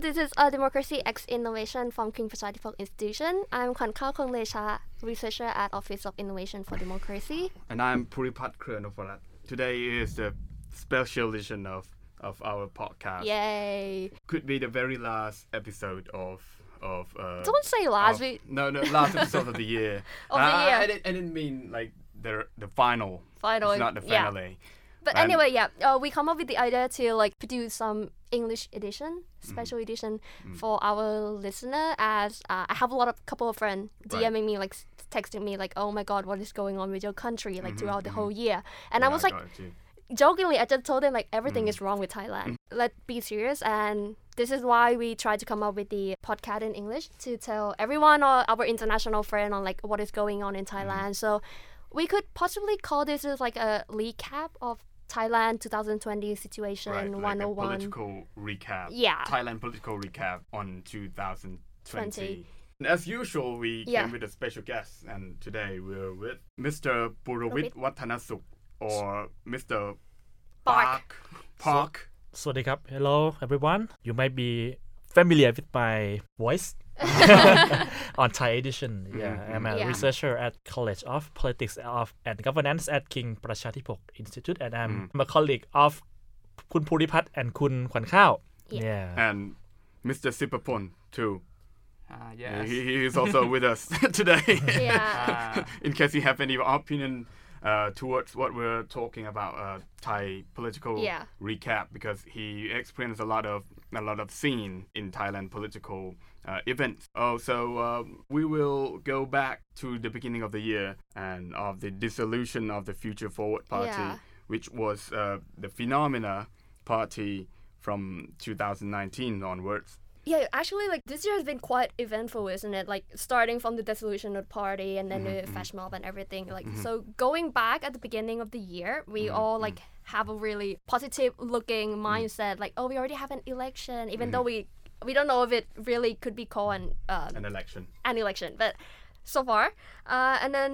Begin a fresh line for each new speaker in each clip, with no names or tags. this is a Democracy X Innovation from King Prachadipok Institution. I'm Kwan Kao Kong Lesha, researcher at Office of Innovation for Democracy.
And I'm Puripat Kranoparat. Today is the special edition of, of our podcast.
Yay!
Could be the very last episode of of. Uh,
Don't say last
of-
week.
No, no, last episode of the year.
Of the
I- I-
year.
I, didn't, I didn't mean like the the final.
Final,
It's not the
yeah.
finale.
But
Um,
anyway, yeah, uh, we come up with the idea to like produce some English edition,
Mm-hmm.
special edition
Mm.
for our listener. As uh, I have a lot of couple of friends
Right.
DMing me, like s- texting me, like, "Oh my God, what is going on with your country?" Like throughout the whole year, and I
Mm-hmm, Yeah,
was like,
got you.
jokingly, I just told them like
Mm.
everything is wrong with Thailand. Let's be serious, and this is why we try to come up with the podcast in English to tell everyone or our international friend on like what is going on
Mm.
in Thailand. So we could possibly call this as like a recap of Thailand 2020 situation
right, like a
101.
political recap.
Yeah.
Thailand political recap on 2020.
Twenty.
And As usual, we
Yeah.
came with a special guest, and today we're with Mr.
Purovit.
Purovit Watanasuk or Mr.
Park.
Park. Park.
สวัสดีครับ Hello everyone you might be familiar with my voice on Thai edition yeah I'm a
Yeah.
researcher at College of Politics of and Governance at King ประชาธิปก Institute and I'm a colleague of คุณภูริพัฒน์ and คุณขวัญข้าว yeah
and Mr. Sipapon too.
Ah, yes.
He, he is also with us today.
Yeah.
Ah,
In case you have any opinion uh, towards what we're talking about, uh, Thai political
Yeah.
recap, because he experienced a lot of a lot of scene in Thailand political uh, events. Oh, so um, we will go back to the beginning of the year and of the dissolution of the Future Forward Party,
Yeah.
which was uh, the phenomena party from 2019 onwards.
Yeah, actually, like this year has been quite eventful, isn't it? Like starting from the dissolution of the party and then the flash mob and everything. Like so, going back at the beginning of the year, we all like have a really positive looking mindset. Like, oh, we already have an election, even though we we don't know if it really could be called an um,
An election.
an election, but so far, uh, and then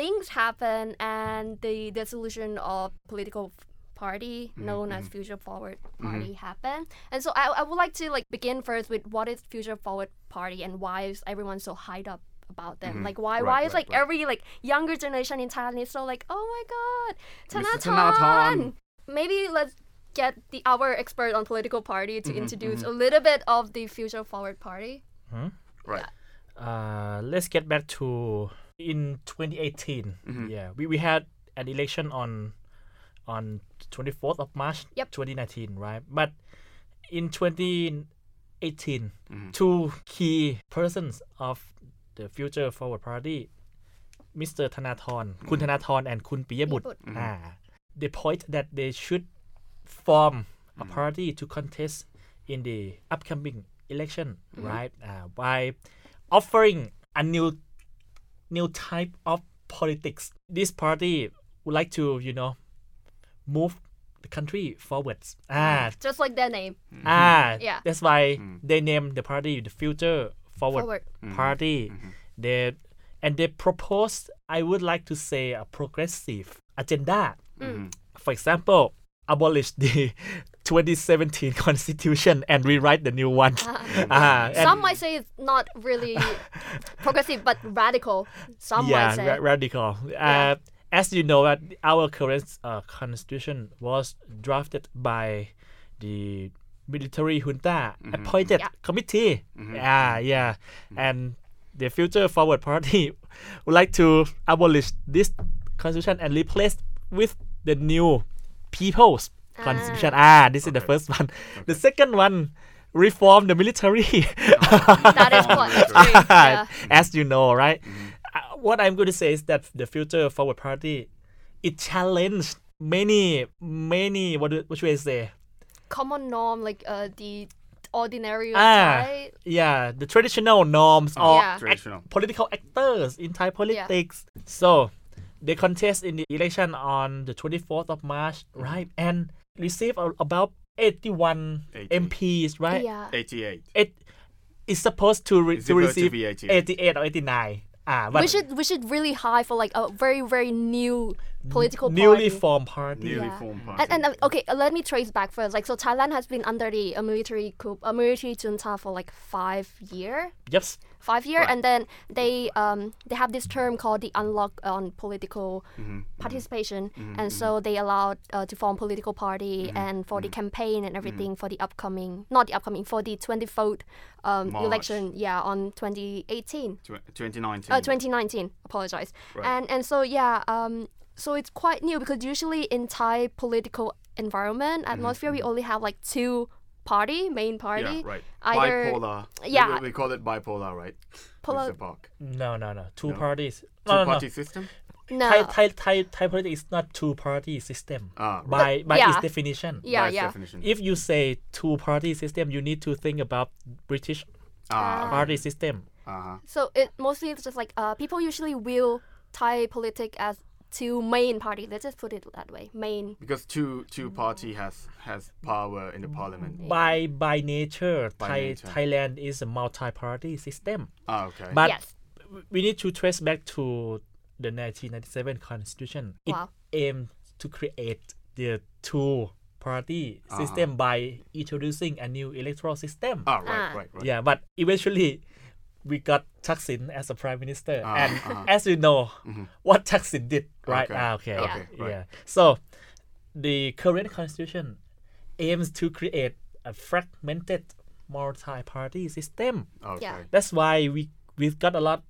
things happen and the dissolution of political f- party
Mm-hmm,
known as Future Forward Party happened. And so I, I would like to like begin first with what is Future Forward Party and why is everyone so hyped up about them? Like why
Mm-hmm.
why
Right,
is
right,
like
right.
every like younger generation in Thailand is so like oh my god,
Mr.
Tanaton. Maybe let's get the our expert on political party
Mm-hmm,
to introduce a little bit of the Future Forward Party.
Right.
uh, let's get back to in 2018 yeah we we had an election on on 24th of March
Yep.
2019 right but in 2018 two key persons of the future forward party Mr. Thanathorn คุณธนาธร and คุณปิยบุตร
ปิยบุตร
อ่า the point that they should form a party to contest in the upcoming election right uh, by offering a new new type of politics this party would like to you know move the country forwards ah
Just like their name.
Ah,
Mm-hmm. Yeah.
that's why they named the party the Future Forward,
Forward.
Party. They and they proposed, I would like to say, a progressive agenda.
Mm.
For example, abolish the 2017 constitution and rewrite the new one. Ah, and-
Some might say it's not really progressive, but radical. Some might
yeah,
say.
ra- radical. Uh, as you know, that our current uh, constitution was drafted by the military junta appointed
Yeah.
committee. Yeah, yeah, and the Future Forward Party would like to abolish this constitution and replace with the new people's constitution. Ah, this is the first one. The second one. Reform the military.
that is what it's doing. Yeah.
as you know, right?
Mm-hmm.
Uh, what I'm going to say is that the future forward party, it challenged many, many. What do- what should I say?
Common norm, like uh, the ordinary
Ah,
Thai.
yeah, the traditional norms or
Yeah.
Mm-hmm. Traditional.
political actors in Thai politics. So they contest in the election on the 24th of March,
Mm-hmm.
right? And receive a- about 81
Eighty.
MPs, right?
Yeah.
88.
It is supposed to, re-
It's
to
supposed to
receive
be 88.
88 or 89. Ah, but
We should we should really high for like a very very new political party.
newly formed party.
Newly
Yeah.
formed party.
And, and uh, okay, uh, let me trace back first. Like, so Thailand has been under the uh, military coup, uh, military junta for like five year,
Yes.
five year,
Right.
and then they um they have this term called the unlock uh, on political
Mm-hmm,
participation, and so they allowed uh, to form political party
Mm-hmm,
and for the campaign and everything for the upcoming, not the upcoming, for the twenty fourth um
March.
election, yeah, on twenty eighteen.
Tw- 2019.
Uh, 2019. Apologize.
Mm-hmm. Right.
And and so yeah, um, so it's quite new because usually in Thai political environment atmosphere we only have like two party main party.
Mm-hmm, yeah, right.
Either
bipolar.
yeah.
We, we call it bipolar, right?
Polar-
Mr. Park.
No, no, no. Two
No.
parties.
Two
No, no, no.
party system?
no.
Thai, Thai, Thai, Thai politics is not two party system
Ah, right.
by by its
yeah.
definition.
yeah,
By its
yeah.
definition.
If you say two party system, you need to think about British
Ah,
party system.
uh-huh.
So it mostly it's just like uh, people usually view Thai politic as two main party. Let's just put it that way. Main.
Because two two party has has power in the parliament.
By by nature,
By
Thai,
nature.
Thailand is a multi party system.
Ah, okay.
But
Yes.
we need to trace back to the 1997 constitution. It
Wow.
aimed to create the two party system by introducing a new electoral system.
ah, right,
Ah.
right, right.
Yeah, but eventually we got Thaksin as a prime minister.
Ah,
and
ah.
as you know, what Thaksin did, right?
Okay,
Ah, okay.
okay,
yeah.
right.
So the current constitution aims to create a fragmented multi party system.
Okay.
Yeah.
That's why we we've got a lot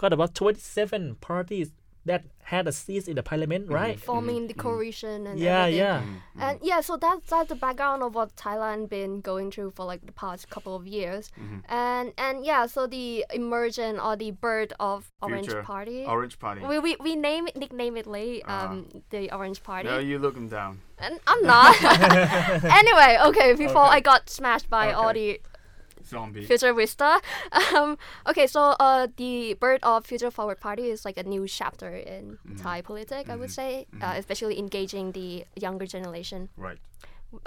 got about twenty seven parties that had a seat in the parliament, right?
Mm-hmm.
Forming the coalition and
Mm-hmm. Yeah,
everything.
yeah.
And yeah, so that's that's the background of what Thailand been going through for like the past couple of years,
Mm-hmm.
and and yeah, so the immersion or the birth of Orange
Future
Party.
Orange party.
we, we, we name it, nickname it late, um, the Orange Party.
No, you look him down.
And I'm not. anyway, okay, before I got smashed by all the
Okay. Zombie.
Future Vista. Um, okay, so uh, the birth of Future Forward Party is like a new chapter in Thai politics, I would say, uh, especially engaging the younger generation
Right.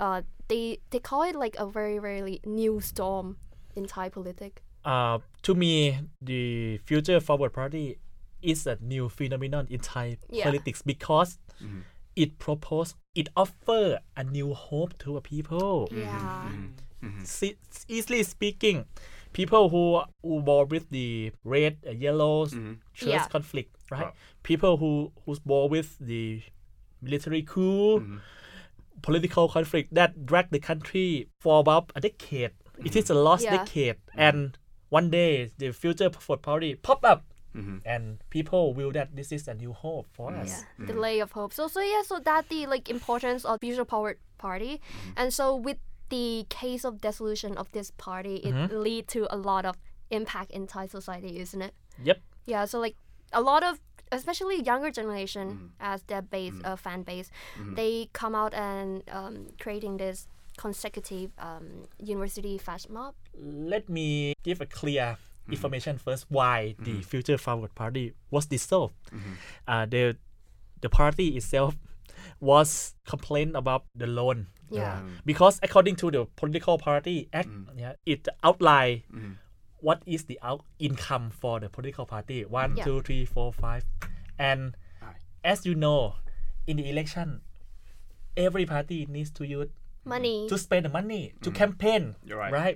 uh, they they call it like a very very new storm in Thai politics.
Uh, to me, the Future Forward Party is a new phenomenon in Thai
Yeah.
politics because it proposed, it offers a new hope to a people.
Yeah.
Se- easily speaking, people who who born with the red, uh, yellow church
Yeah.
conflict, right?
Right.
People who who's born with the military coup, political conflict that dragged the country for about a decade. It is a lost
Yeah.
decade, and one day the future for party pop up, and people will that this is a new hope for us.
The lay of hope. So so yeah, so that the like importance of future power party, and so with the case of dissolution of this party, it lead to a lot of impact in Thai society, isn't it?
Yep.
Yeah. So like a lot of especially younger generation
Mm-hmm.
as their base uh, fan base, they come out and um, creating this consecutive um, university flash mob.
Mm-hmm.
let me give a clear information first why the Future Forward Party was dissolved. Uh, the the party itself was complained about the loan. Uh,
Yeah.
because according to the Political Party Act, yeah, it outline what is the out income for the political party. One,
Yeah.
two, three, four, five, And as you know, in the election, every party needs to use
Money.
to spend the money to campaign
You're right.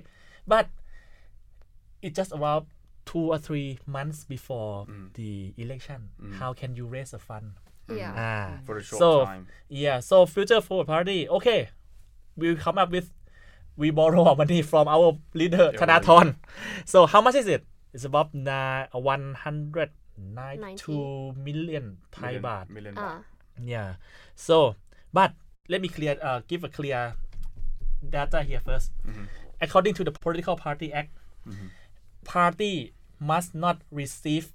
but it just about two or three months before the election how can you raise a fund
yeah.
ah
For a short
so
time.
yeah so future forward party okay we come up with we borrow our money from our leader
Yeah,
Thanathorn so how much is it it's about na- 192 million Thai
Million-
baht
Million
Uh,
baht.
yeah. So, but let me clear, uh, give a clear data here 1st According to the Political Party Act, party must not receive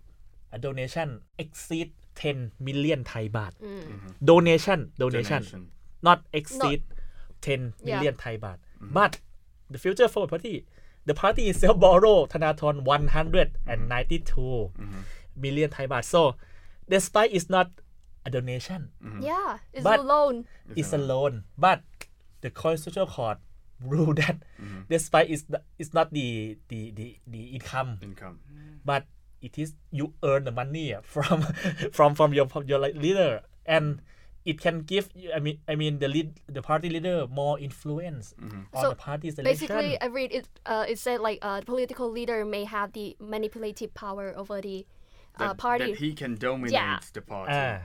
a donation exceed 10 million Thai baht. Donation, donation,
Donation.
not exceed 10
Yeah.
million Thai baht. But the Future Forward Party, the party itself borrow Thanathorn 192 million Thai baht. So, despite it's not a donation,
Mm-hmm.
Yeah, it's
But-
a loan.
is a loan, but the constitutional court ruled that despite it's not, it's not the, the, the, the income,
Income.
but it is you earn the money from from from your from your like, leader and it can give you- I mean I mean the lead the party leader more influence on
So
the party's election.
Basically, I read it. Uh, it said like uh, political leader may have the manipulative power over the uh,
That,
party.
that he can dominate
Yeah.
the party.
Ah,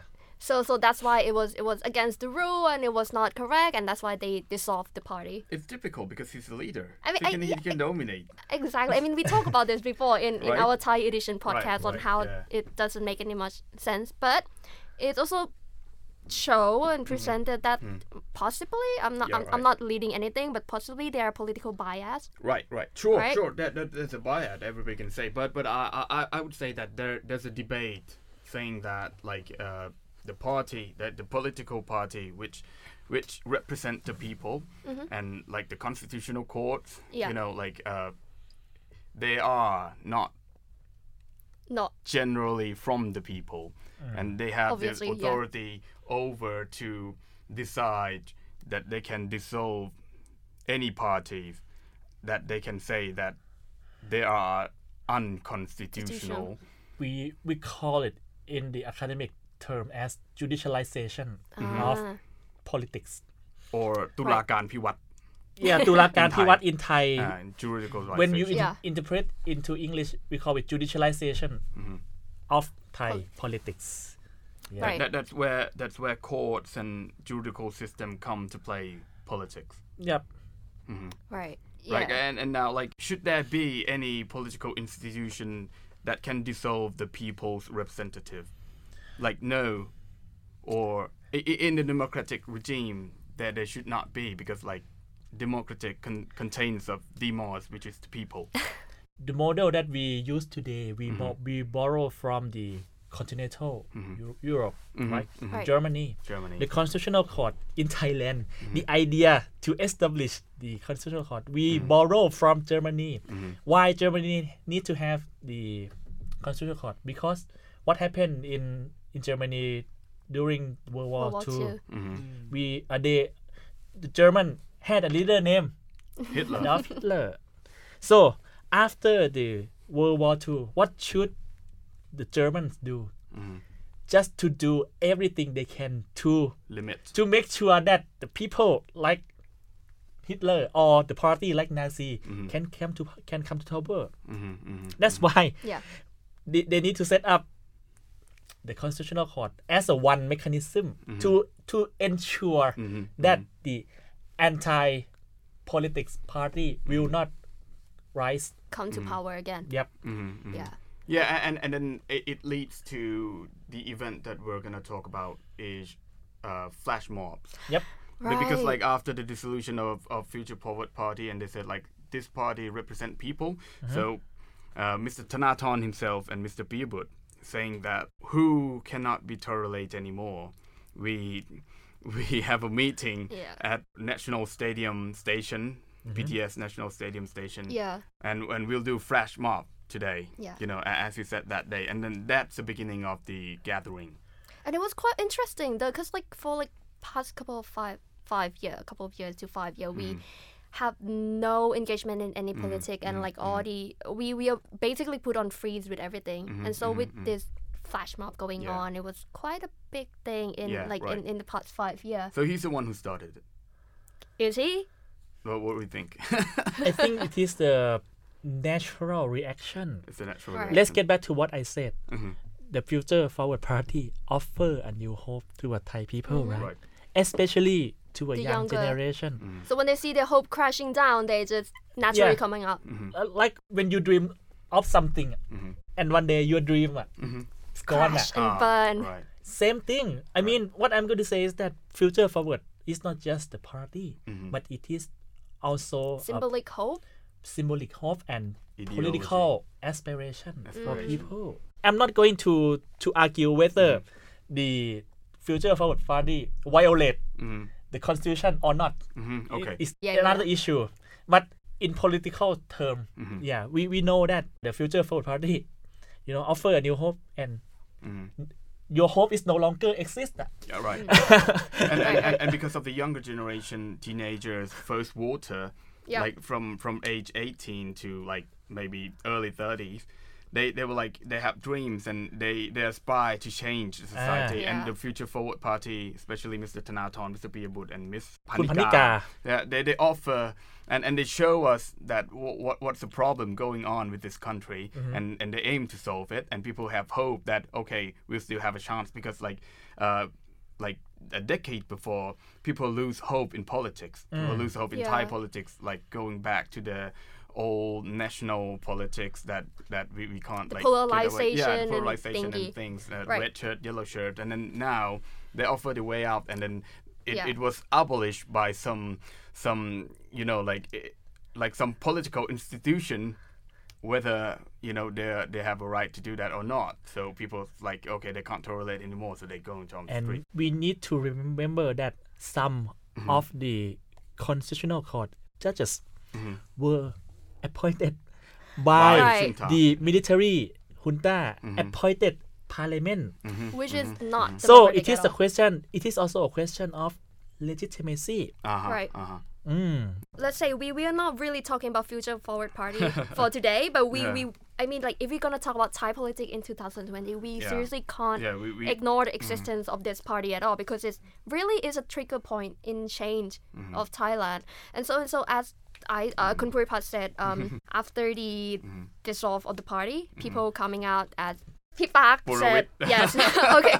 so so that's why it was it was against the rule and it was not correct, and that's why they dissolved the party.
It's difficult because he's the leader.
I mean,
so he
I-
can, he
yeah,
can dominate.
Exactly. I mean, we talked about this before in, in
Right.
our Thai edition podcast on
right,
how
yeah.
it doesn't make any much sense, but it also show and presented that possibly I'm not
Mm-hmm. Mm. Yeah,
I'm, I'm not leading anything, but possibly there are political bias.
Right, right. Sure,
Right?
sure. That, that, that's a bias everybody can say. But but I I, I- I would say that there there's a debate saying that like uh, the party that the political party which which represent the people and like the constitutional courts
Mm-hmm. Yeah.
you know like uh, they are not
Not
generally from the people,
Mm.
and they have the
Obviously, yeah.
authority over to decide that they can dissolve any party that they can say that they are unconstitutional.
we we call it in the academic term as judicialization of politics.
Or Tulakan Piwat
Yeah, ตุลาการ
ไทย
ที่วัด in Thai
uh, in juridical
Mm-hmm. when you
organization.
in-
Yeah.
interpret into English we call it judicialization of Thai politics Yeah.
Right.
that, that's where that's where courts and judicial system come to play politics.
Yep
right. Yeah.
Like and, and now like should there be any political institution that can dissolve the people's representative? Like no, or i- i- in the democratic regime there there should not be because like democratic con- contains of demos which is the people.
the model that we use today we bo- we borrow from the continental Eu- Europe right
Right.
Germany
Germany.
the constitutional court in Thailand the idea to establish the constitutional court we borrow from Germany why Germany need to have the constitutional court because what happened in in Germany during World War,
World War
II
Two.
Mm-hmm.
we uh, they the German had a leader named
Hitler.
Adolf Hitler. So after the World War II, what should the Germans do? Just to do everything they can to
Limit.
to make sure that the people like Hitler or the party like Nazi can come to can come to power. That's why
Yeah.
they, they need to set up the constitutional court as a one mechanism to to ensure that the anti politics party will not rise
Come
Mm.
to power again.
yep
Mm-hmm.
Yeah.
Yeah, a- and and then it, it leads to the event that we're gonna talk about is uh, flash mobs.
yep
Be- Because
Right.
like after the dissolution of, of Future Forward Party, and they said like this party represent people.
Uh-huh.
So, uh, Mr. Tanaton himself and Mr. Beerwood saying that who cannot be tolerated anymore. We we have a meeting
Yeah. Mm-hmm.
at National Stadium Station, BTS National Stadium Station
Yeah.
and and we'll do flash mob today.
Yeah.
You know, a- as you said that day, and then that's the beginning of the gathering.
and it was quite interesting though because like for like past couple of five five year a couple of years to five year we
Mm-hmm.
have no engagement in any politic and like all the we we are basically put on freeze with everything and so with this flash mob going
Mm-hmm. Yeah.
on it was quite a big thing in
Yeah,
like
right.
in, in the past five year
So he's the one who started it.
is he
What, what do we think?
i think it is the natural reaction
it's a natural.
Right.
let's get back to what i said the future forward party offer a new hope to a thai people right?
Right.
especially to a
Mm-hmm. The
young
younger.
generation
Mm.
so when they see their hope crashing down they just naturally
Yeah.
coming up
Mm-hmm.
Uh, like when you dream of something ah, and one day your dream ah, is gone ah.
crash and burn
Right.
same thing. I mean, what I'm going to say is that future forward is not just the party, but it is also a
symbolic hope
symbolic hope and
Ideology.
political aspiration for people. I'm not going to to argue whether the future forward party violate the constitution or not.
Mhm,
It-
Okay.
It's
Yeah,
another issue. But in political term, yeah, we, we know that the future forward party, you know, offer a new hope and your hope is no longer exist. ah.
Yeah, right. and, and, and, and because of the younger generation, teenagers first water,
Yeah.
like from from age 18 to like maybe early 30s, they they were like they have dreams and they they aspire to change the society
Yeah.
and the Future Forward Party, especially Mr. Thanathorn, Mr. Beerboot, and Miss
คุณพนิกา
Panika. Yeah, they they offer and and they show us that w- what what's the problem going on with this country and and they aim to solve it and people have hope that okay we'll still have a chance because like uh like a decade before people lose hope in politics people lose hope in Thai
Yeah.
politics like going back to the old national politics that that we, we can't
The
like get away-
polarization
yeah the
and
polarization and,
thingy.
things uh,
Right.
red shirt yellow shirt and then now they offer the way out and then it,
Yeah.
it was abolished by some some you know like i like some political institution whether you know they they have a right to do that or not so people like okay they can't tolerate anymore so they go into on the
and
street
we need to remember that some of the constitutional court judges were appointed by
Right.
Shinta.
the military junta appointed parliament
Mm-hmm.
which is not
so
democratic
it is
at
a
all.
question it is also a question of legitimacy
uh-huh,
Right.
uh-huh.
Mm.
let's say we, we are not really talking about future forward party for today but we,
Yeah.
we i mean like if we're gonna talk about thai politics in 2020 we
Yeah.
seriously can't
Yeah, we- Mm-hmm. we-
ignore the existence of this party at all because it really is a trigger point in change
Mm-hmm.
of thailand and so and so as I, uh, Kun Puripat said
Mm-hmm.
um, after the dissolve of the party, people coming out as Pipak said,
Borowit.
yes, okay,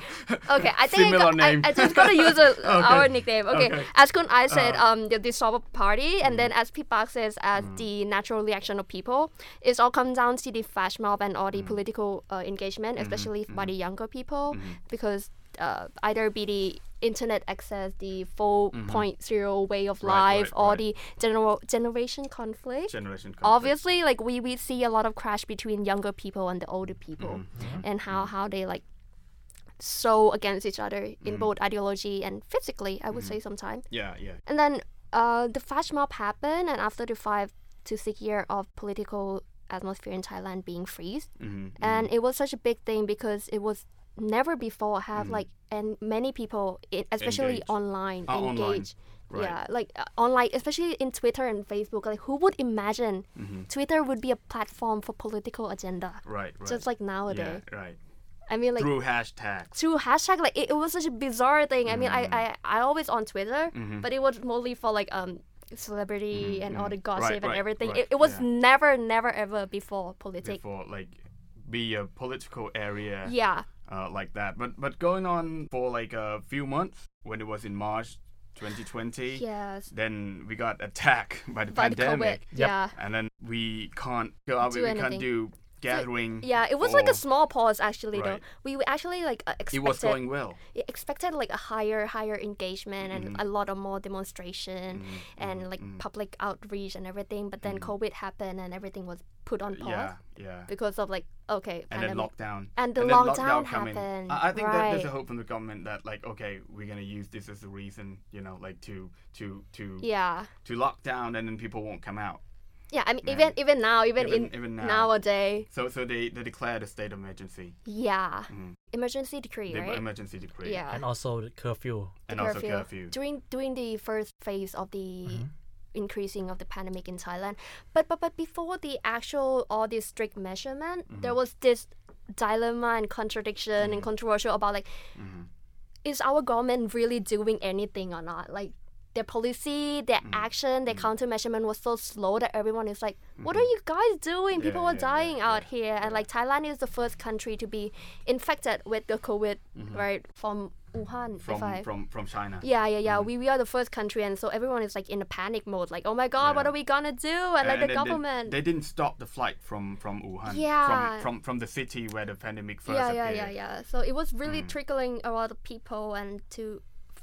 okay. I think I,
Similar
got- I,
name.
I just gotta use a, our nickname. Okay,
Okay. Uh. Mm.
as Kun I said, um, the dissolve of party, and then as Pete Park says, as the natural reaction of people, it all comes down to the flash mob and all the
Mm.
political uh, engagement,
Mm-hmm.
especially by the younger people, because uh, either be the internet access, the 4.0 way of
Mm-hmm. Right,
life,
right,
or
right.
the general generation conflict
generation conflict.
obviously like we, we see a lot of crash between younger people and the older people and how how they like so against each other in both ideology and physically i would say sometimes
yeah yeah
and then uh, the flash mob happened and after the five to six year of political atmosphere in thailand being freeze
Mhm.
and it was such a big thing because it was never before have like and many people i- especially
Mm-hmm. Engaged.
online
Ah, online.
engage
Right.
yeah like uh, online especially in twitter and facebook like who would imagine
Mm-hmm.
twitter would be a platform for political agenda
right right
just like nowadays
yeah right
i mean like
through hashtags
through hashtag like it, it was such a bizarre thing i mean
Mm.
I, I i always on twitter
Mm-hmm.
but it was mostly for like um celebrity and all the gossip and
right,
everything
right,
it, it was
yeah.
never never ever before politic
before like be a political area
yeah
uh, like that. But but going on for like a few months when it was in March 2020,
yes
then we got attacked by the
by the covid
pandemic,
Yep.
yeah
and then we can't go out.
Do
we
anything.
can't do gathering.
Yeah, it was like a
or-
small pause actually. Though
Oh. Right.
we were actually like uh, expected
It was going well.
it expected like a higher higher engagement and
Mm-hmm.
a lot of more demonstration and like public outreach and everything. But then COVID happened and everything was put on pause
Mm-hmm. Yeah, yeah.
because of like okay
And then
pandemic.
lockdown.
And the
then
lockdown
come in.
happened,
I I think that there's a
right.
hope from the government that like, okay, we're gonna use this as a reason, you know, like to to to
yeah.
to lock down, and then people won't come out.
Yeah, I mean, even even now, even,
Even-
in
even now.
nowadays,
So so they they declared a state of emergency,
yeah,
Mm-hmm.
emergency decree,
the
right?
emergency decree,
yeah,
and also the curfew
and
the
also curfew. Mm-hmm.
during during the first phase of the increasing of the pandemic in Thailand. But but but before the actual all this strict measurement,
Mm-hmm.
there was this dilemma and contradiction and controversial about like
Mm-hmm.
is our government really doing anything or not? Like their policy, their
Mm-hmm.
action, their countermeasurement was so slow that everyone is like, "What are you guys doing? People
Mm-hmm. Yeah,
are
yeah,
dying
yeah,
out here." And like Thailand is the first country to be infected with the COVID, right? From Wuhan, if I
Mm-hmm. from from from China.
yeah, yeah,
Mm-hmm.
yeah. We, we are the first country, and so everyone is like in a panic mode, like, oh my god, what
Yeah.
are we gonna do? And like
And
the
then they-
government.
They, didn't stop the flight from from Wuhan.
Yeah.
From, from from the city where the pandemic first
yeah, yeah,
appeared.
yeah, yeah. So it was really
Mm.
trickling a lot of people, and to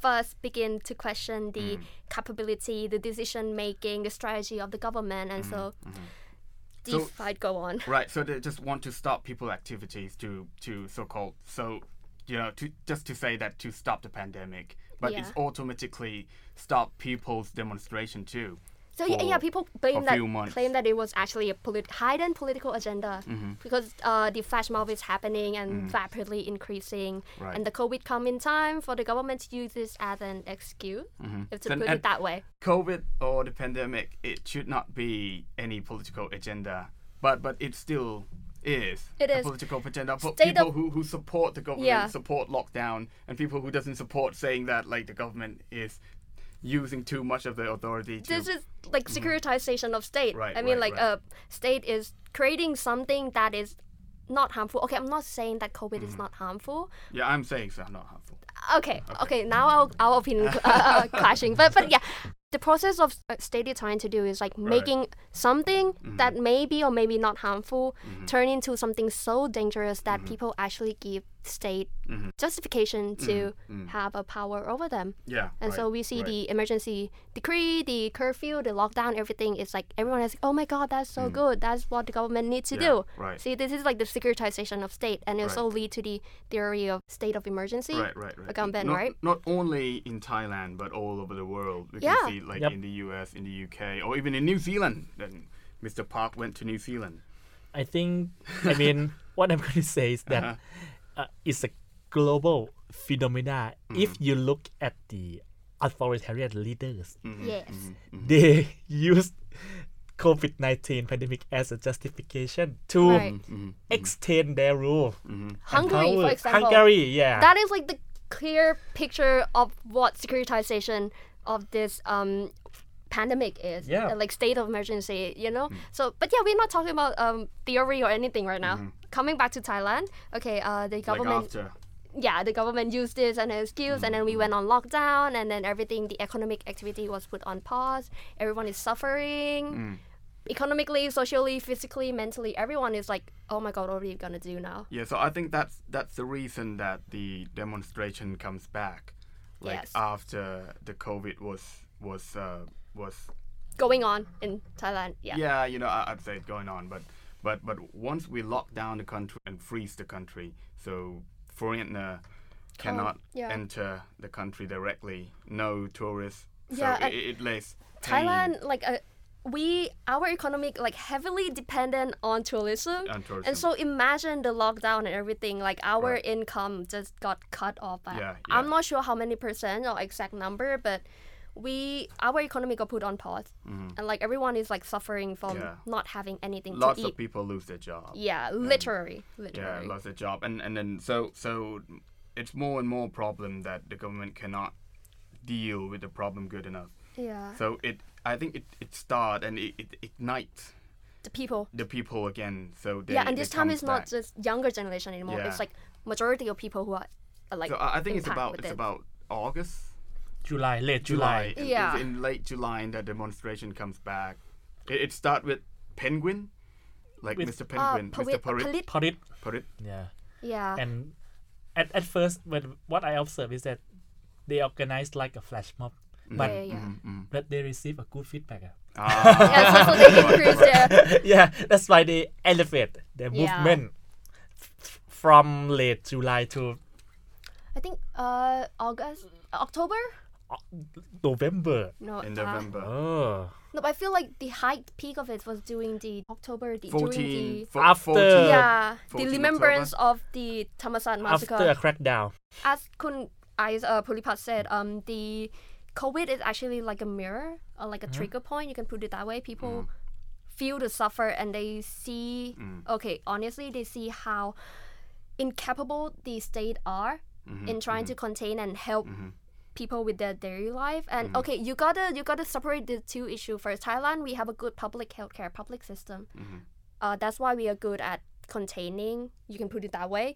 first begin to question the
Mm.
capability, the decision making, the strategy of the government, and so the
Mm-hmm. So-
fight go on.
Right. So they just want to stop people activities to to so called so you know to just to say that to stop the pandemic, but it's
Yeah.
automatically stop people's demonstration too.
So yeah, yeah,
for-
people
for
blame
a
that
few months. Mm-hmm.
claim that it was actually a polit- hidden political agenda because uh, the flash mob is happening and rapidly increasing,
Right.
and the COVID come in time for the government to use this as an excuse, if to
Mm-hmm. Then-
put it
and-
that way.
COVID or the pandemic, it should not be any political agenda, but but it's still is.
It
a
is.
political agenda. For
State
people
of-
who, who support the government,
Yeah.
support lockdown, and people who doesn't support saying that like the government is using too much of the authority to. Mm-hmm.
This is like securitization of state.
Right,
I mean,
right,
like uh,
right.
state is creating something that is not harmful. Okay, I'm not saying that COVID is
Mm-hmm.
not harmful.
yeah, I'm saying so. Not harmful.
Okay, okay, now our, our opinion uh, uh, clashing, but but yeah, the process of uh, state is trying to do is like making something that may be or maybe not harmful turn into something so dangerous that people actually give state justification to have a power over them.
Yeah.
And
right,
so we see
right.
the emergency decree, the curfew, the lockdown, everything is like everyone is like, oh my god, that's so good. That's what the government needs to
Mm. Yeah,
do.
right.
See, this is like the securitization of state, and it
Right.
also lead to the theory of state of emergency.
Right, right, right.
a gunman,
not,
um, right?
Not only in Thailand, but all over the world. We
Yeah.
can see, like
Yep.
in the U.S., in the U.K., or even in New Zealand. Then Mr. Park went to New Zealand.
I think, I mean, what I'm going to say is that uh it's a global phenomena. If you look at the authoritarian leaders,
Mm-hmm,
Yes.
they used COVID 19 pandemic as a justification to
Right.
extend their rule.
Mm-hmm.
and
Hungary, for
power.
example.
Hungary, yeah.
That is like the clear picture of what securitization of this um pandemic is.
Yeah.
uh, like state of emergency, you know? So but yeah, we're not talking about um theory or anything right now. Coming back to Thailand, okay, uh the
Like
government
after.
yeah, the government used this as an excuse, and then we went on lockdown, and then everything, the economic activity was put on pause. Everyone is suffering. Economically, socially, physically, mentally, everyone is like, oh my god, what are you gonna do now?
Yeah, so I think that's that's the reason that the demonstration comes back, like
Yes.
after the COVID was was uh, was
Going on in Thailand, yeah.
yeah, you know, I, I'd say it's going on, but but but once we lock down the country and freeze the country, so foreigner cannot
yeah.
enter the country directly, no tourists,
Yeah,
so
and
it, it lays pain
Thailand, like uh, we, our economic like heavily dependent on tourism.
on tourism.
And so imagine the lockdown and everything. Like our
Right.
income just got cut off. By,
Yeah,
I'm
yeah.
not sure how many percent or exact number, but we our economy got put on pause, and like everyone is like suffering from
Mm-hmm. Yeah.
not having anything
lots
to
of
eat.
people lose their job.
Yeah, literally,
yeah
literally.
lost their job and and then so so it's more and more problem that the government cannot deal with the problem good enough
Yeah.
so it i think it it start and it, it ignites
the people.
the people again so they,
yeah, and this
they
time
comes
it's not
back.
just younger generation anymore.
Yeah.
It's like majority of people who are, are like.
so i, I think it's
impact
about
with
it's
it.
about august
July, late
july
July.
and
Yeah.
it's in late july and the demonstration comes back it, it start with penguin like
With-
mr
Ah,
penguin mr
polit-
Parit,
polit-
Parit,
Parit.
yeah.
yeah.
and at, at first when what i observed is that they organized like a flash mob but
yeah, yeah.
Mm-hmm.
but they receive a good feedback ah.
Ah,
yeah, so, so they increase their
yeah that's why they elevate the
Yeah.
movement f- from late july to
I think uh August October
uh, november
no
in
uh,
november
oh
no but I feel like the high peak of it was during the October the during
14
the
fo-
After-
14
yeah the
14
remembrance of the Thammasat massacre
after a crackdown
as Kun as uh, Pulipat said um the COVID is actually like a mirror or like a trigger point you can put it that way people feel the suffer and they see okay honestly they see how incapable the state are in trying to contain and help people with their daily life and okay you gotta you gotta separate the two issue first thailand we have a good public healthcare public system uh, that's why we are good at containing you can put it that way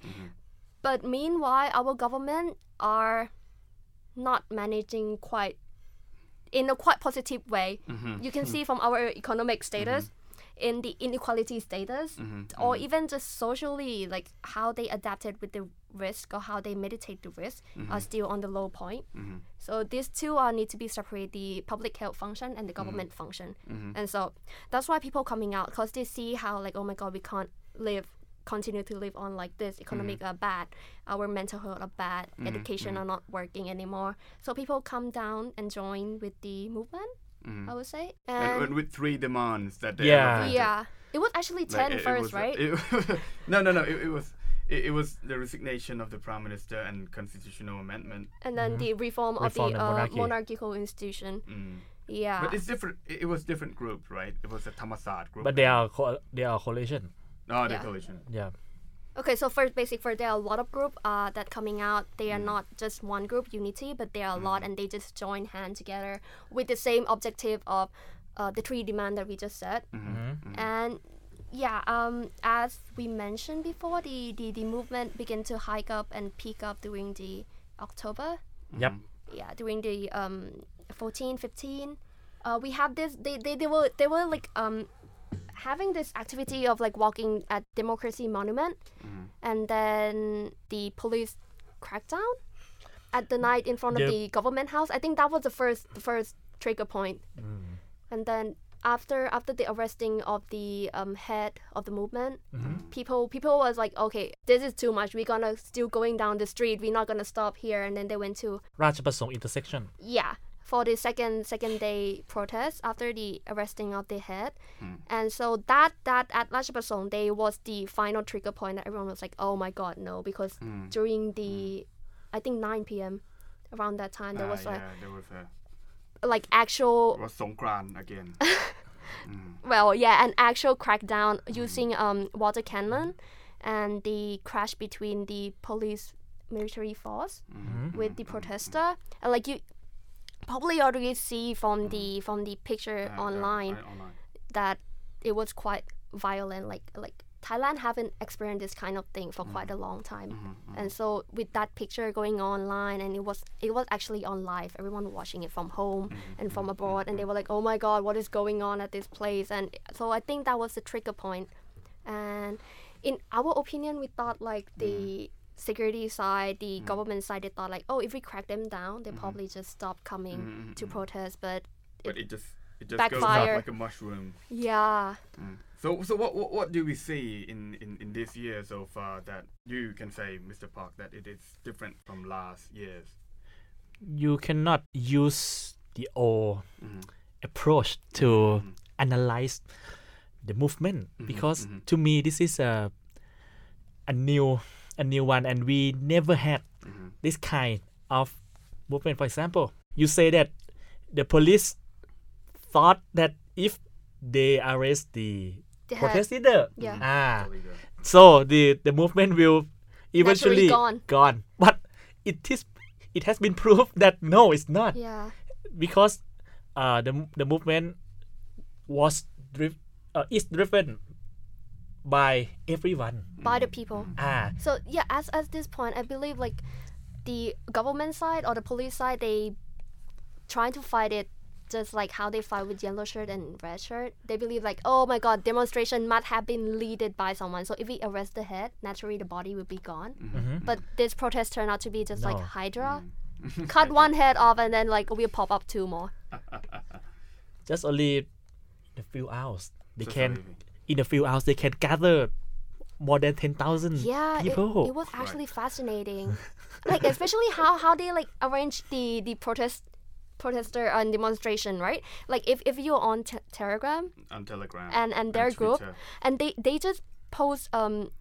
but meanwhile our government are not managing quite in a quite positive way you can see from our economic status in the inequality status or even just socially like how they adapted with the risk or how they mitigate the risk are still on the low point so these two are need to be separate the public health function and the government function and so that's why people coming out because they see how like oh my god we can't live continue to live on like this economic are bad our mental health are bad education are not working anymore so people come down and join with the movement i would say
and,
and
and with three demands that they
Yeah.
elevated.
Um, yeah it was actually 10
Like,
first,
it- it was-
right
it- no, no, no. It, it was it, it was the resignation of the prime minister and constitutional amendment.
and then
Mm-hmm.
the reform,
Reform
of the
and
uh,
monarchy.
monarchical institution
Mm.
yeah Ah.
But it's different. It, it was different groups, right? It was the Thammasat group.
but they are co- they are coalition
Oh, the
Yeah.
coalition.
Yeah.
Okay, so for basic for there are a lot of group uh, that coming out. They
Mm.
are not just one group unity, but they are a lot, and they just join hand together with the same objective of uh, the three demand that we just said.
Mm-hmm.
And yeah, um, as we mentioned before, the, the the movement began to hike up and peak up during the October
Yep.
yeah during the um 14 15 uh, we have this they, they they were they were like um having this activity of like walking at democracy monument and then the police crackdown at the night in front
Yep.
of the government house i think that was the first the first trigger point and then after after the arresting of the um, head of the movement people people was like okay this is too much we're gonna still going down the street we're not gonna stop here and then they went to
Rajapasong intersection.
yeah for the second second day protest after the arresting of the head
Hmm.
and so that that at Lachapasong day was the final trigger point that everyone was like oh my god no because
Hmm.
during the i think 9 p.m around that time there
Ah,
was
yeah,
like
there was a
like actual
it was Songkran again. Uh,
well yeah an actual crackdown
Mm-hmm.
using um water cannon and the crash between the police military force
Mm-hmm.
with the protester and like you probably already see from the from the picture
Mm-hmm. Yeah, yeah,
online
uh, right, online.
that it was quite violent like like thailand haven't experienced this kind of thing for quite a long time and so with that picture going online and it was it was actually on live everyone watching it from home and from abroad and they were like oh my god what is going on at this place and so i think that was the trigger point and in our opinion we thought like the security side the government side they thought like oh if we crack them down they probably just stop coming to protest but
But it just it just goes
Backfire.
up like a mushroom.
yeah
So, so what, what what do we see in, in, in this year so far that you can say, Mr. Park, that it is different from last year's?
You cannot use the old approach to analyze the movement because to me this is a a new a new one and we never had this kind of movement. For example, you say that the police thought that if they arrest the
They had-
protest leader,
Yeah.
ah,
Totally good.
so the the movement will eventually
Naturally gone.
But it is it has been proved that no, it's not
yeah
because uh, the mo- the movement was driv- uh, is driven by everyone.
by the people
Ah,
So yeah, as at this point, I believe like the government side or the police side, they trying to fight it just like how they fight with yellow shirt and red shirt. They believe like, oh my god, demonstration must have been leaded by someone. So if we arrest the head, naturally the body will be gone. But this protest turned out to be just like
No.
Hydra. Cut one head off and then like we'll pop up two more.
just only in a few hours they
So
can
sorry.
in a few hours they can gather more than ten thousand
Yeah, it,
people.
it was actually fascinating. like especially how how they like arrange the the protest protester and demonstration, right? Like if, if you're on te- Telegram
on Telegram
and and their group
Twitter.
and they they just post um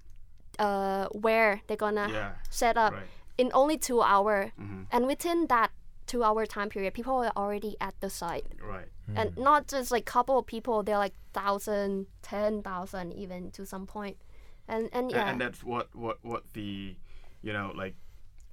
uh where they're gonna
Yeah,
set up
right. Mm-hmm.
in only 2 hour. And within that 2 hour time period, people are already at the site.
right.
And not just like couple of people, they're like thousand, ten thousand even to some point. And and
A-
yeah.
And that's what, what, what the, you know, like,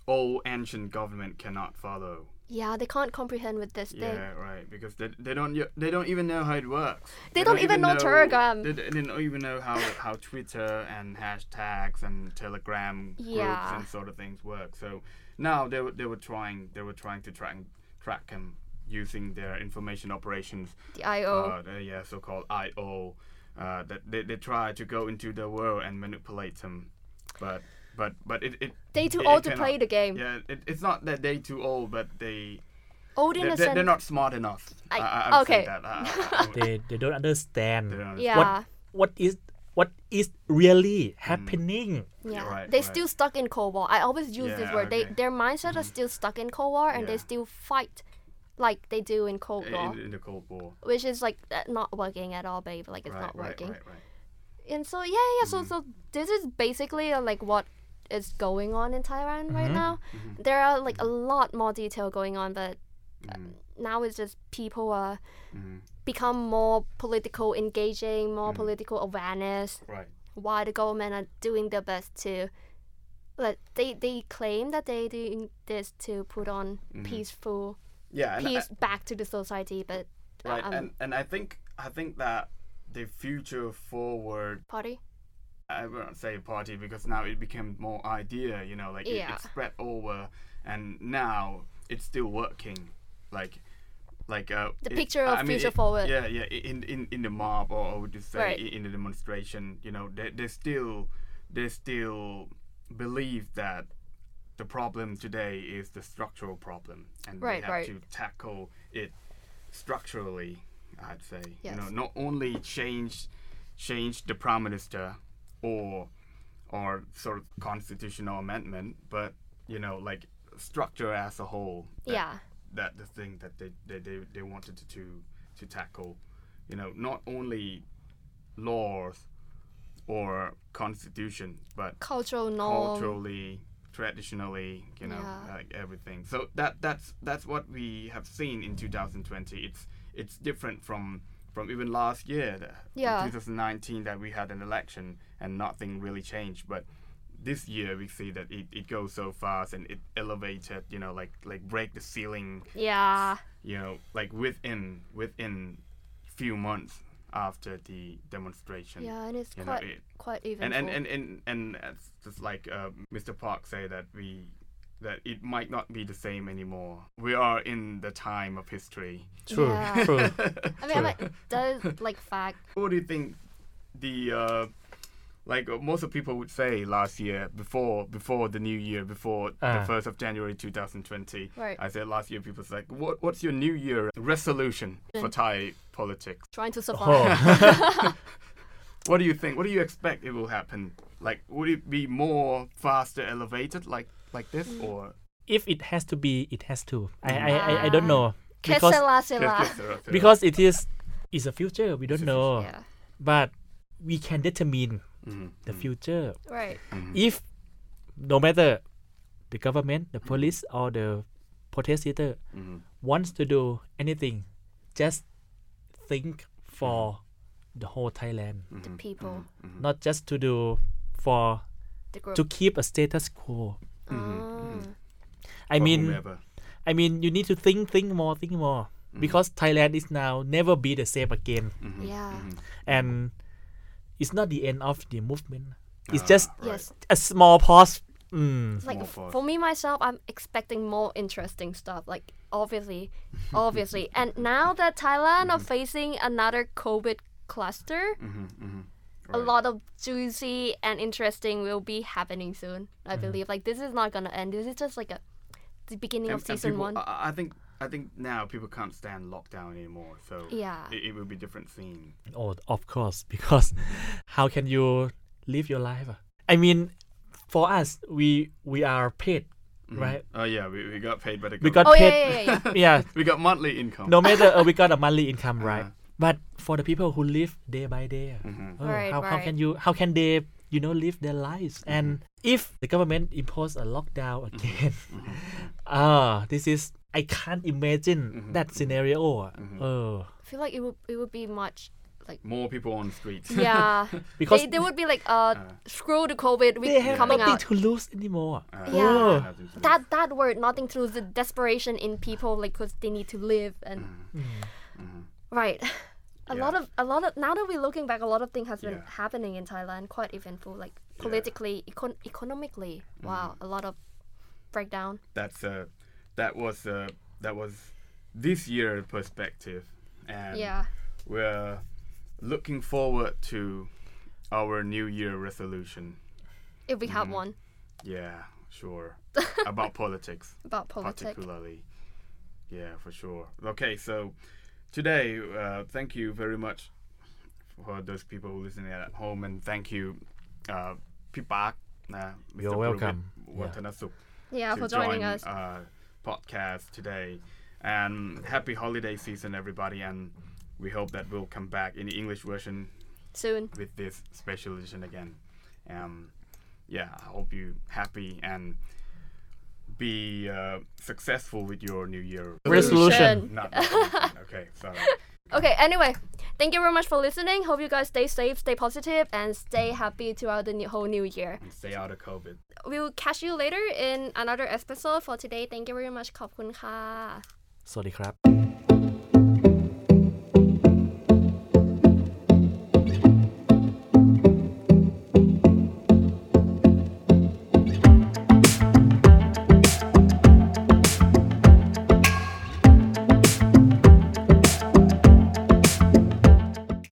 all ancient government cannot follow.
Yeah, they can't comprehend with this thing.
Yeah, right. Because they, they don't y- they don't even know how it works.
They don't even know Telegram.
They, d- they don't even know how how Twitter and hashtags and Telegram groups
Yeah.
and sort of things work. So now they were they were trying they were trying to track track him using their information operations.
The IO.
Uh, the, yeah, so-called IO. Uh, that they, they try to go into the world and manipulate them, but but but it, it
They too
it-
old
it
to
cannot-
play the game.
Yeah, it, it's not that they too old, but they
Old
they're,
innocent.
they're, they're not smart enough.
I-
I, I, I would say
okay.
that. I- I- I would-
they they don't understand
they don't-
Yeah.
what what is what is really happening.
yeah.
right,
they
right.
still stuck in Cold War. I always use this
Yeah,
word.
okay. Mm-hmm.
They their mindset are still stuck in Cold War and
Yeah.
they still fight like they do in Cold War.
In, in the Cold War.
which is like uh, not working at all, babe. Like it's
Right,
not
right,
working.
right, Mm-hmm. right.
And so yeah, yeah. So so this is basically uh, like what is going on in Thailand right now.
Mm-hmm.
There are like a lot more detail going on, but uh,
Mm,
now it's just people uh, are
Mm-hmm.
become more political engaging, more political awareness,
Right.
why the government are doing their best to like they, they claim that they doing this to put on peaceful
Yeah, Mm-hmm. and I-
peace back to the society but
right,
um,
and and I think I think that the future forward.
party
I won't say party because now it became more idea. You know, like it-
Yeah.
it, spread over, and now it's still working. Like, like uh,
The
it-
picture of
I mean,
future
it-
forward.
Yeah, yeah. i- In in in the mob, or I would just say
Right.
i- in the demonstration. You know, they they still they still believe that the problem today is the structural problem, and
Right,
we have
right.
to tackle it structurally. I'd say you know
Yes.
not only change change the prime minister or or sort of constitutional amendment, but you know like structure as a whole. that-
Yeah.
that the thing that they they, they, they wanted to, to to tackle, you know, not only laws or constitution, but
cultural norm
culturally, traditionally, you know,
Um, Yeah.
like everything. So that that's that's what we have seen in 2020. It's it's different from from even last year, the- from
Yeah.
2019, that we had an election and nothing really changed. But this year we see that it, it goes so fast and it elevated, you know, like like break the ceiling,
yeah
you know, like within within few months after the demonstration.
yeah and it's
You know,
quite
it-
quite eventful
and and and and, and it's just like uh, Mr. Park say that we that it might not be the same anymore. We are in the time of history.
True,
Yeah.
true.
I mean, I mean that is like fact
What do you think? The uh, like uh, most of people would say last year before before the new year before the
Ah.
first of January 2020.
Right.
I said last year people was like what what's your new year resolution for Thai politics?
trying to survive
Oh,
What do you think? What do you expect it will happen? Like would it be more faster elevated like like this or
if it has to be, it has to. I, I, I, I don't know
Que
because
sera, sera.
Yes, yes, sir, sir.
because it is is a future. We don't know,
yeah
but we can determine
Mhm.
the future
right
if no matter the government, the police, or the protester
Mhm.
wants to do anything, just think for the whole Thailand,
the
Mm-hmm.
people
not just to do for
the group
to keep a status quo.
Ah.
Mm-hmm.
I
Or
mean,
whomever.
I mean, you need to think, think more, think more, because Thailand is now never be the same again,
Mm-hmm.
yeah
and it's not the end of the movement. It's just
Right.
yes
a small pause. Mm.
like
Small
f-
part.
for me myself i'm expecting more interesting stuff like obviously obviously and now that thailand are
Mm-hmm.
facing another covid cluster
Mm-hmm.
a
Right.
lot of juicy and interesting will be happening soon i
Mm-hmm.
believe like this is not gonna end this is just like a the beginning
And-
of
and
season
people-
one
I, I think I think now people can't stand lockdown anymore, so
Yeah.
it, it will be different scene.
Oh, of course, because how can you live your life? ah? I mean, for us, we we are paid, right?
Oh yeah, we, we got paid by the
We
government.
got
oh yeah
paid.
yeah yeah, yeah.
yeah,
we got monthly income.
no matter uh, we got a monthly income, right? But for the people who live day by day, ah, oh,
Right,
how, how
right.
can you how can they you know live their lives? And if the government impose a lockdown again, ah, this is I can't imagine that scenario. ah. Oh,
i feel like it would it would be much like
More people on streets. Uh,
yeah
because
they, they would be like uh screw the covid
they
we
have
coming
nothing
out
to lose anymore.
Uh,
Yeah.
Oh.
I have to-
that that word nothing through the desperation in people like because they need to live and right a lot
Mm-hmm. Yeah.
of a lot of now that we're looking back a lot of things has been
Yeah.
happening in thailand quite eventful like politically econ- economically
Mm-hmm.
wow a lot of breakdown
That's uh, that was uh, that was this year perspective, and
yeah
we're looking forward to our new year resolution.
if we have one
mm-hmm. Yeah, sure. About politics.
about politics
particularly. Yeah, for sure. Okay, so today, uh, thank you very much for those people who listening at home, and thank you, uh, Pipak, uh, Mr.
You're welcome.
Purvit
Yeah.
Watanasuk,
yeah
to
for joining us
join Uh, podcast today, and happy holiday season, everybody, and we hope that we'll come back in the English version
soon
with this special edition again. Um, yeah, I hope you happy and be uh, successful with your new year
Resolution.
Not resolution, okay, sorry.
okay anyway Thank you very much for listening. Hope you guys stay safe, stay positive, and stay happy throughout the new, whole new year.
and stay out of COVID.
We'll catch you later in another episode. For today, thank you very much. ขอบคุณค่ะ
สวัสดีครับ